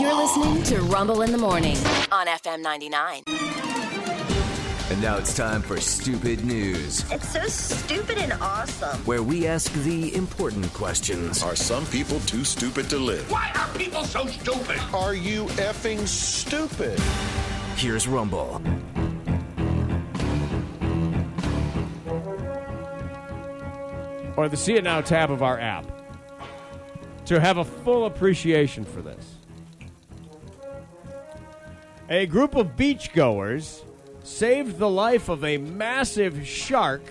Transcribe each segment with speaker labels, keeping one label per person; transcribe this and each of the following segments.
Speaker 1: You're listening to Rumble in the Morning on FM 99.
Speaker 2: And now it's time for Stupid News,
Speaker 3: It's so stupid and awesome.
Speaker 2: where we ask the important questions.
Speaker 4: Are some people too stupid to live?
Speaker 5: Why are people so stupid?
Speaker 6: Are you effing stupid?
Speaker 2: Here's Rumble.
Speaker 7: or the See It Now tab of our app to have a full appreciation for this. A group of beachgoers saved the life of a massive shark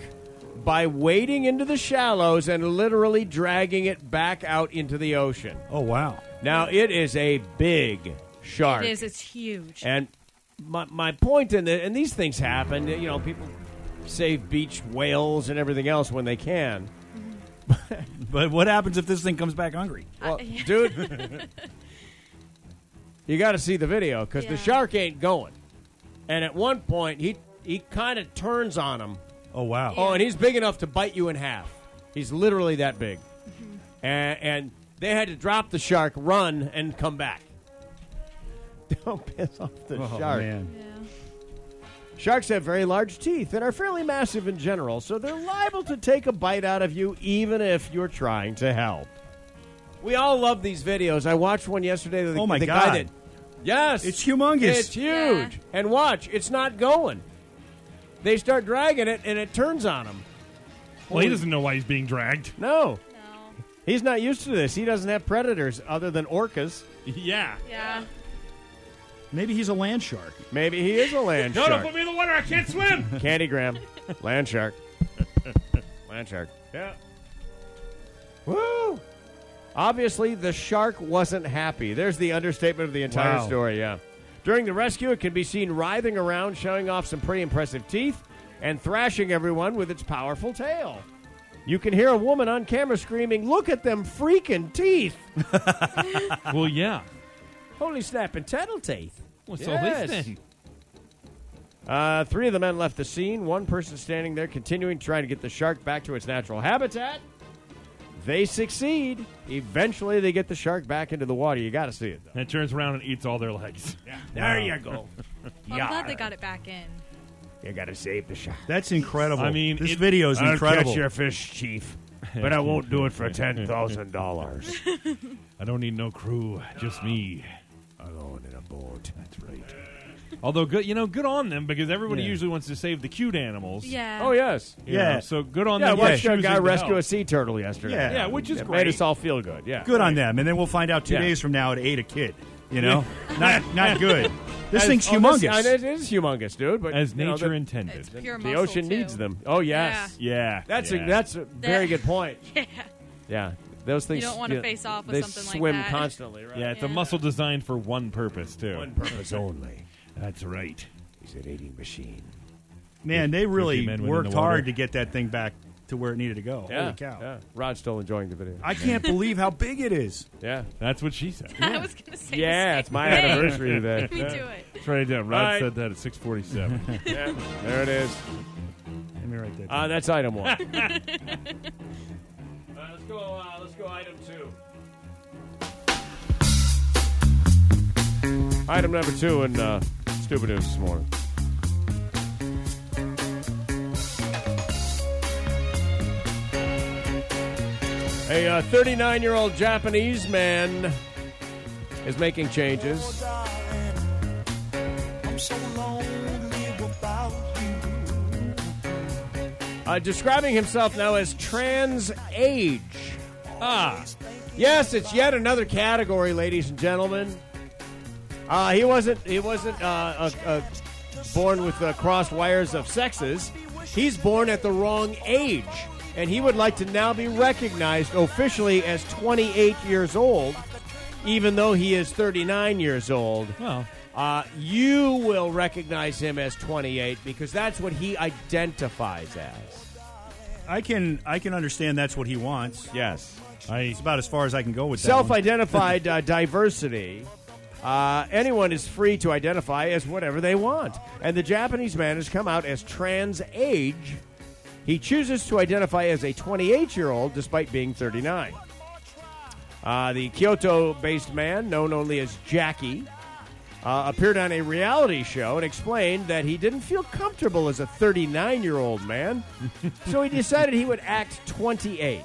Speaker 7: by wading into the shallows and literally dragging it back out into the ocean.
Speaker 8: Oh wow!
Speaker 7: Now, it is a big shark.
Speaker 9: It is. It's huge.
Speaker 7: And my, my point in the, and these things happen. You know, people save beach whales and everything else when they can.
Speaker 8: But what happens if this thing comes back hungry?
Speaker 7: Well, dude, you got to see the video because
Speaker 9: Yeah.
Speaker 7: the shark ain't going. And at one point, he he kind of turns on him.
Speaker 8: Oh wow!
Speaker 7: Oh, and he's big enough to bite you in half. He's literally that big. And, and they had to drop the shark, run, and come back. Don't piss off the
Speaker 8: Oh,
Speaker 7: shark.
Speaker 8: man.
Speaker 9: Yeah.
Speaker 7: Sharks have very large teeth and are fairly massive in general, so they're liable to take a bite out of you even if you're trying to help. We all love these videos. I watched one yesterday. The,
Speaker 8: Oh, my
Speaker 7: the
Speaker 8: God.
Speaker 7: Guy that, yes,
Speaker 8: It's humongous.
Speaker 7: It's huge. And watch, it's not going. They start dragging it, and it turns on him.
Speaker 10: Well, he doesn't know why he's being dragged.
Speaker 7: No,
Speaker 9: No.
Speaker 7: he's not used to this. He doesn't have predators other than orcas.
Speaker 10: Yeah.
Speaker 9: Yeah.
Speaker 8: Maybe he's a land shark.
Speaker 7: Maybe he is a land
Speaker 10: No,
Speaker 7: shark.
Speaker 10: don't put me in the water. I can't swim.
Speaker 7: Candy Graham, land shark, land shark.
Speaker 10: yeah.
Speaker 7: Woo! Obviously, the shark wasn't happy. There's the understatement of the entire
Speaker 8: Wow.
Speaker 7: story, yeah. During the rescue, it can be seen writhing around, showing off some pretty impressive teeth, and thrashing everyone with its powerful tail. You can hear a woman on camera screaming, Look at them freaking teeth!
Speaker 10: Well, yeah.
Speaker 7: Holy snapping tattle teeth!
Speaker 10: What's
Speaker 7: Yes. Uh, three of the men left the scene. One person standing there continuing trying to get the shark back to its natural habitat. They succeed. Eventually, they get the shark back into the water. You got to see it, though.
Speaker 10: And it turns around and eats all their legs.
Speaker 7: There you go.
Speaker 9: Well, I'm glad they got it back in.
Speaker 7: You got to save the shark.
Speaker 8: That's incredible.
Speaker 10: I mean,
Speaker 8: this
Speaker 10: it-
Speaker 8: video is incredible.
Speaker 7: fish, chief, but I won't do it for ten thousand dollars
Speaker 10: I don't need no crew, just me.
Speaker 7: alone in a boat. That's right.
Speaker 10: Although good, you know, good on them because everybody
Speaker 8: Yeah.
Speaker 10: usually wants to save the cute animals.
Speaker 9: Yeah.
Speaker 7: Oh yes,
Speaker 10: You
Speaker 8: Yeah.
Speaker 10: know, So good on
Speaker 7: yeah. I
Speaker 10: them. for
Speaker 7: watched a
Speaker 10: choosing
Speaker 7: guy
Speaker 10: to
Speaker 7: rescue
Speaker 10: help.
Speaker 7: a sea turtle yesterday.
Speaker 8: Yeah.
Speaker 10: Yeah, which is
Speaker 7: It
Speaker 10: great.
Speaker 7: Made us all feel good. Yeah.
Speaker 8: good on them, and then we'll find out two
Speaker 7: Yeah.
Speaker 8: days from how it ate a kid. You know, not not good. This thing's
Speaker 7: Oh, this-
Speaker 8: humongous.
Speaker 7: I know it is humongous, dude. But
Speaker 10: as
Speaker 7: you know,
Speaker 10: nature
Speaker 7: the,
Speaker 10: intended.
Speaker 9: It's pure
Speaker 7: the
Speaker 9: muscle,
Speaker 7: ocean
Speaker 9: too.
Speaker 7: needs them. Oh yes.
Speaker 10: yeah.
Speaker 7: That's
Speaker 10: yeah.
Speaker 7: a that's a very good point.
Speaker 9: Yeah.
Speaker 7: Yeah. Those things
Speaker 9: don't wanna face off with
Speaker 7: they
Speaker 9: something like
Speaker 7: swim
Speaker 9: that.
Speaker 7: constantly, right?
Speaker 10: Yeah, it's a
Speaker 9: Yeah.
Speaker 10: muscle designed for one purpose too.
Speaker 7: One purpose only.
Speaker 10: That's right.
Speaker 7: He's an eating machine.
Speaker 8: Man, they really
Speaker 10: Fifty men went in
Speaker 8: worked
Speaker 10: the water.
Speaker 8: hard to get that thing back to where it needed to go.
Speaker 7: Yeah.
Speaker 8: Holy cow!
Speaker 7: Yeah. Rod's still enjoying the video.
Speaker 8: I can't believe how big it is.
Speaker 7: yeah.
Speaker 10: That's what she said.
Speaker 9: I was gonna say. the
Speaker 7: Yeah,
Speaker 9: same
Speaker 7: it's my
Speaker 9: thing.
Speaker 7: anniversary today.
Speaker 9: Let me do it.
Speaker 10: That's right. Yeah, Rod
Speaker 7: Right.
Speaker 10: said that at six forty-seven.
Speaker 7: Yeah, there it is.
Speaker 8: Let me write that. down.
Speaker 7: Uh, that's item one. let's go. Uh, let's go. Item two. Item number two in uh, stupid news this morning. A 39 year old Japanese man is making changes. uh, describing himself now as trans age. Ah, yes, it's yet another category, ladies and gentlemen. Uh, he wasn't. He wasn't uh, a, a born with uh, crossed wires of sexes. He's born at the wrong age, and he would like to now be recognized officially as 28 years old, even though he is 39 years old.
Speaker 10: well,
Speaker 7: Uh, you will recognize him as 28 because that's what he identifies as.
Speaker 8: I can I can understand that's what he wants.
Speaker 7: Yes.
Speaker 8: It's about as far as I can go with
Speaker 7: Self
Speaker 8: that.
Speaker 7: identified uh, diversity. Uh, anyone is free to identify as whatever they want. And the Japanese man has come out as trans age. He chooses to identify as a 28 year old despite being 39. Uh, the Kyoto based man, known only as Jackie, uh, appeared on a reality show and explained that he didn't feel comfortable as a 39 year old man, so he decided he would act 28.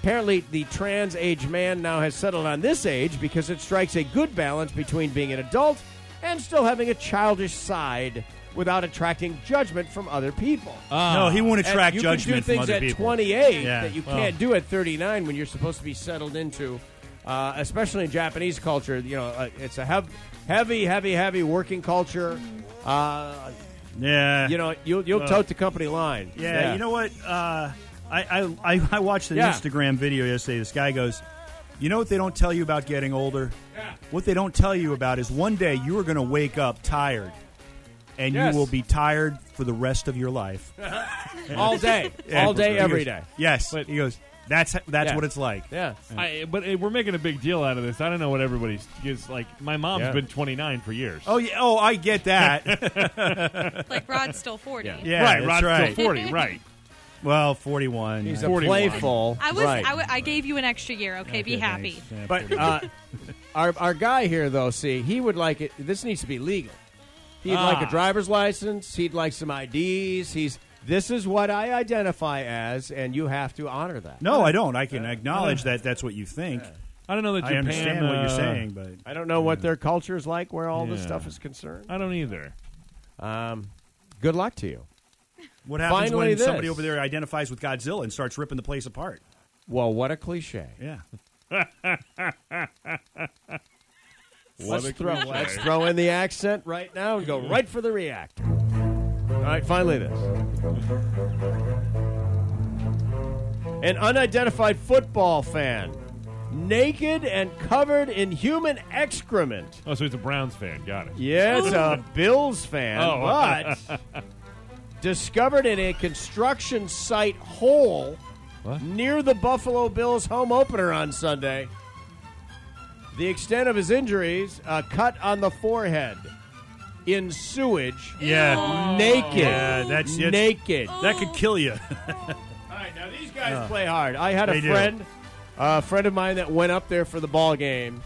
Speaker 7: Apparently, the trans age man now has settled on this age because it strikes a good balance between being an adult and still having a childish side without attracting judgment from other people.
Speaker 8: no, he won't Uh, attract
Speaker 7: And you can do
Speaker 8: judgment from
Speaker 7: things
Speaker 8: other
Speaker 7: at
Speaker 8: people.
Speaker 7: 28
Speaker 8: Yeah,
Speaker 7: that you
Speaker 8: well.
Speaker 7: can't do at 39 when you're supposed to be settled into, uh, especially in Japanese culture. You know, uh, it's a hev- heavy, heavy, heavy working culture. Uh,
Speaker 8: Yeah.
Speaker 7: you know, you'll you'll
Speaker 8: Well.
Speaker 7: tote the company line.
Speaker 8: Yeah, you know what? Uh, I, I I I watched an
Speaker 7: Yeah.
Speaker 8: Instagram video yesterday. This guy goes, "You know what they don't tell you about getting older? What they don't tell you about is one day you are going to wake up tired, and
Speaker 7: Yes.
Speaker 8: you will be tired for the rest of your life,
Speaker 7: all day,
Speaker 8: And-
Speaker 7: all day,
Speaker 8: He
Speaker 7: every
Speaker 8: goes,
Speaker 7: day.
Speaker 8: Yes,
Speaker 10: But-
Speaker 8: he goes. That's that's
Speaker 7: Yeah.
Speaker 8: what it's like.
Speaker 7: Yeah.
Speaker 10: I, but eh, we're making a big deal out of this. I don't know what everybody's is like. My mom's
Speaker 7: Yeah.
Speaker 10: been 29 for years.
Speaker 8: Oh yeah. Oh, I get that.
Speaker 9: Like Rod's still 40.
Speaker 7: Yeah.
Speaker 8: yeah,
Speaker 10: right,
Speaker 8: that's
Speaker 10: Rod's
Speaker 8: right.
Speaker 10: still 40. Right.
Speaker 8: well, forty-one.
Speaker 7: He's
Speaker 8: I-
Speaker 7: a
Speaker 10: 41.
Speaker 7: playful.
Speaker 9: I was.
Speaker 7: right.
Speaker 9: I, w- I gave you an extra year. Okay, be
Speaker 8: Okay,
Speaker 9: happy.
Speaker 8: thanks. Yeah,
Speaker 7: But uh, our our guy here, though, see, he would like it. This needs to be legal. He'd like
Speaker 10: Ah.
Speaker 7: a driver's license. He'd like some IDs. He's this is what I identify as, and you have to honor that.
Speaker 8: no, I don't. I can acknowledge that. That's what you think.
Speaker 10: I don't know that
Speaker 8: I
Speaker 10: Japan.
Speaker 8: understand what
Speaker 10: uh,
Speaker 8: you're saying, but
Speaker 7: I don't know what their culture is like where all this
Speaker 10: Yeah.
Speaker 7: stuff is concerned.
Speaker 10: I don't either.
Speaker 7: Um, good luck to you.
Speaker 8: What happens
Speaker 7: Finally
Speaker 8: when
Speaker 7: this.
Speaker 8: somebody over there identifies with Godzilla and starts ripping the place apart?
Speaker 7: Well, what a cliche.
Speaker 8: Yeah.
Speaker 7: Let's throw, let's throw in the accent right now and go right for the reactor. All right, finally this. An unidentified football fan, naked and covered in human excrement.
Speaker 10: Oh, so he's a Browns fan. Got it.
Speaker 7: Yes, a Bills fan,
Speaker 10: Oh.
Speaker 7: but discovered in a construction site hole near the Buffalo Bills home opener on Sunday. The extent of his injuries: a cut on the forehead, in sewage,
Speaker 8: Yeah.
Speaker 7: naked,
Speaker 8: Yeah, that's- that's-
Speaker 7: naked.
Speaker 8: That could kill you.
Speaker 7: All right, now these guys play hard. I had a
Speaker 8: They do.
Speaker 7: friend, a friend of mine that went up there for the ball game,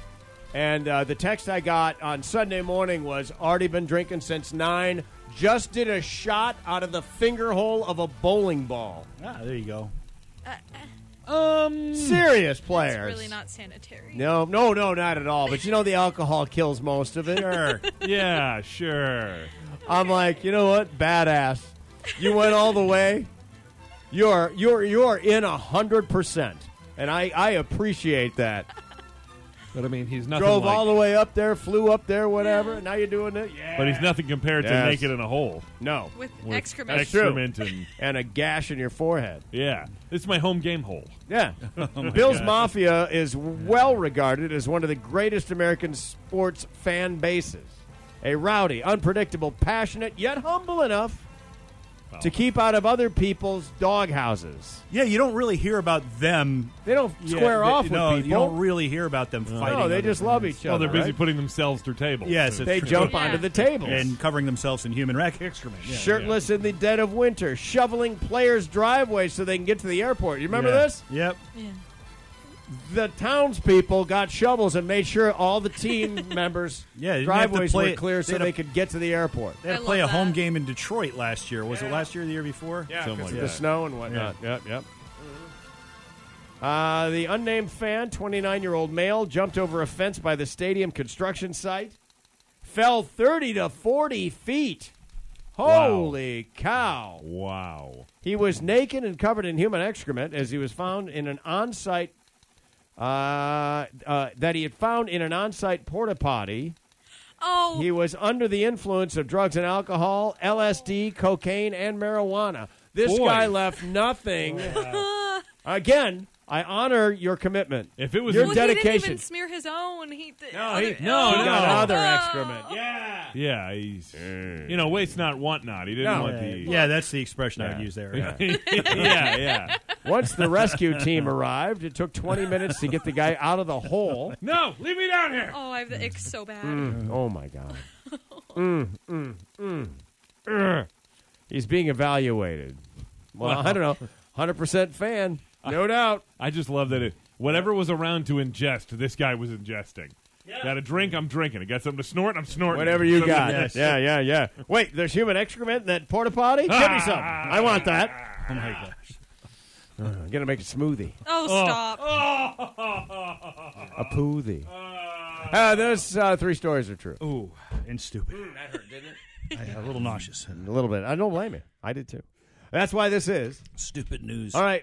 Speaker 7: and uh, the text I got on Sunday morning was already been drinking since nine. Just did a shot out of the finger hole of a bowling ball.
Speaker 8: ah, there you go.
Speaker 7: Serious players.
Speaker 9: It's Hmm. really not sanitary.
Speaker 7: No, no, no, not at all. But you know the alcohol kills most of it.
Speaker 8: Sure.
Speaker 10: yeah, sure.
Speaker 7: I'm like, you know what, badass. You went all the way. You're you're you're in a hundred percent, and I I appreciate that.
Speaker 10: But I mean, he's nothing.
Speaker 7: drove
Speaker 10: like,
Speaker 7: all the way up there, flew up there, whatever. And now you're doing it. Yeah.
Speaker 10: But he's nothing compared to
Speaker 7: Yes.
Speaker 10: naked in a hole.
Speaker 7: No.
Speaker 9: With,
Speaker 10: with
Speaker 9: excrement.
Speaker 7: That's true.
Speaker 10: excrement and
Speaker 7: And a gash in your forehead.
Speaker 10: yeah, it's my home game hole.
Speaker 7: Yeah. Bill's Mafia is well regarded as one of the greatest American sports fan bases. A rowdy, unpredictable, passionate, yet humble enough to keep out of other people's doghouses.
Speaker 8: Yeah, you don't really hear about them.
Speaker 7: They don't
Speaker 8: Yeah,
Speaker 7: square
Speaker 8: they-
Speaker 7: off with
Speaker 8: no,
Speaker 7: people.
Speaker 8: You don't really hear about them fighting.
Speaker 7: no, they
Speaker 8: other
Speaker 7: just
Speaker 8: people.
Speaker 7: love each other. Oh,
Speaker 10: Well, Oh, they're busy
Speaker 7: right?
Speaker 10: putting themselves through tables.
Speaker 8: Yes,
Speaker 10: it's
Speaker 8: it's-
Speaker 7: They jump
Speaker 9: Yeah.
Speaker 7: onto the tables.
Speaker 8: and covering themselves in human wreck excrement. Yeah.
Speaker 7: shirtless in the dead of winter, shoveling players' driveways so they can get to the airport. You remember
Speaker 8: Yeah.
Speaker 7: this?
Speaker 8: Yep.
Speaker 7: The townspeople got shovels and made sure all the team members'
Speaker 8: Yeah, they didn't have to
Speaker 7: driveways
Speaker 8: play-
Speaker 7: were clear so
Speaker 8: they had
Speaker 7: they
Speaker 8: a-
Speaker 7: could get to the airport.
Speaker 8: They had
Speaker 9: I
Speaker 8: to play a
Speaker 9: love
Speaker 8: home
Speaker 9: that.
Speaker 8: game in Detroit last year. Was it last year or the year before? Something like
Speaker 7: the
Speaker 8: that.
Speaker 7: snow and whatnot. Yep, yep. Uh, the unnamed fan, 29 year old male, jumped over a fence by the stadium construction site, fell 30 to 40 feet. Holy cow.
Speaker 10: Wow.
Speaker 7: He was naked and covered in human excrement as he was found in an on-site uh, uh, that he had found in an on-site porta potty.
Speaker 9: Oh,
Speaker 7: He was under the influence of drugs and alcohol, LSD, cocaine, and marijuana. This
Speaker 10: Boy.
Speaker 7: guy left nothing. Again, I honor your commitment.
Speaker 10: If it was
Speaker 7: You're
Speaker 9: well,
Speaker 7: dead-
Speaker 9: he didn't
Speaker 7: dedication.
Speaker 9: even smear his own. He th-
Speaker 7: No,
Speaker 9: other,
Speaker 7: he-
Speaker 10: no,
Speaker 9: oh,
Speaker 10: no.
Speaker 7: He got other
Speaker 9: no.
Speaker 7: excrement.
Speaker 10: yeah, Mm. yeah, he's you know waste not want not. He didn't
Speaker 7: No.
Speaker 10: want
Speaker 8: Yeah,
Speaker 10: the
Speaker 8: yeah, that's the expression I would use there. Yeah.
Speaker 10: yeah, yeah.
Speaker 7: Once the rescue team arrived, it took 20 minutes to get the guy out of the hole.
Speaker 10: No, leave me down here.
Speaker 9: Oh, I have the ick so bad.
Speaker 7: Oh my god. Mm, Ugh. mm. He's being evaluated. Well, I don't know. 100% fan. No doubt.
Speaker 10: I just love that it, Whatever was around to ingest, this guy was ingesting. Got a drink, I'm drinking. I got something to snort, I'm snorting.
Speaker 7: Whatever you
Speaker 10: Something-
Speaker 7: got.
Speaker 8: Yes.
Speaker 7: Yeah, yeah, yeah. Wait, there's human excrement in that porta potty? Give me some. I want that. Uh,
Speaker 8: Oh my gosh.
Speaker 7: I'm going to make a smoothie.
Speaker 9: Oh, stop.
Speaker 7: A poothie. Uh, those uh, three stories are true.
Speaker 8: Ooh, and stupid. that hurt, didn't it? I, a little nauseous.
Speaker 7: A little bit. I don't blame you. I did too. That's why this is.
Speaker 8: Stupid news.
Speaker 7: All right.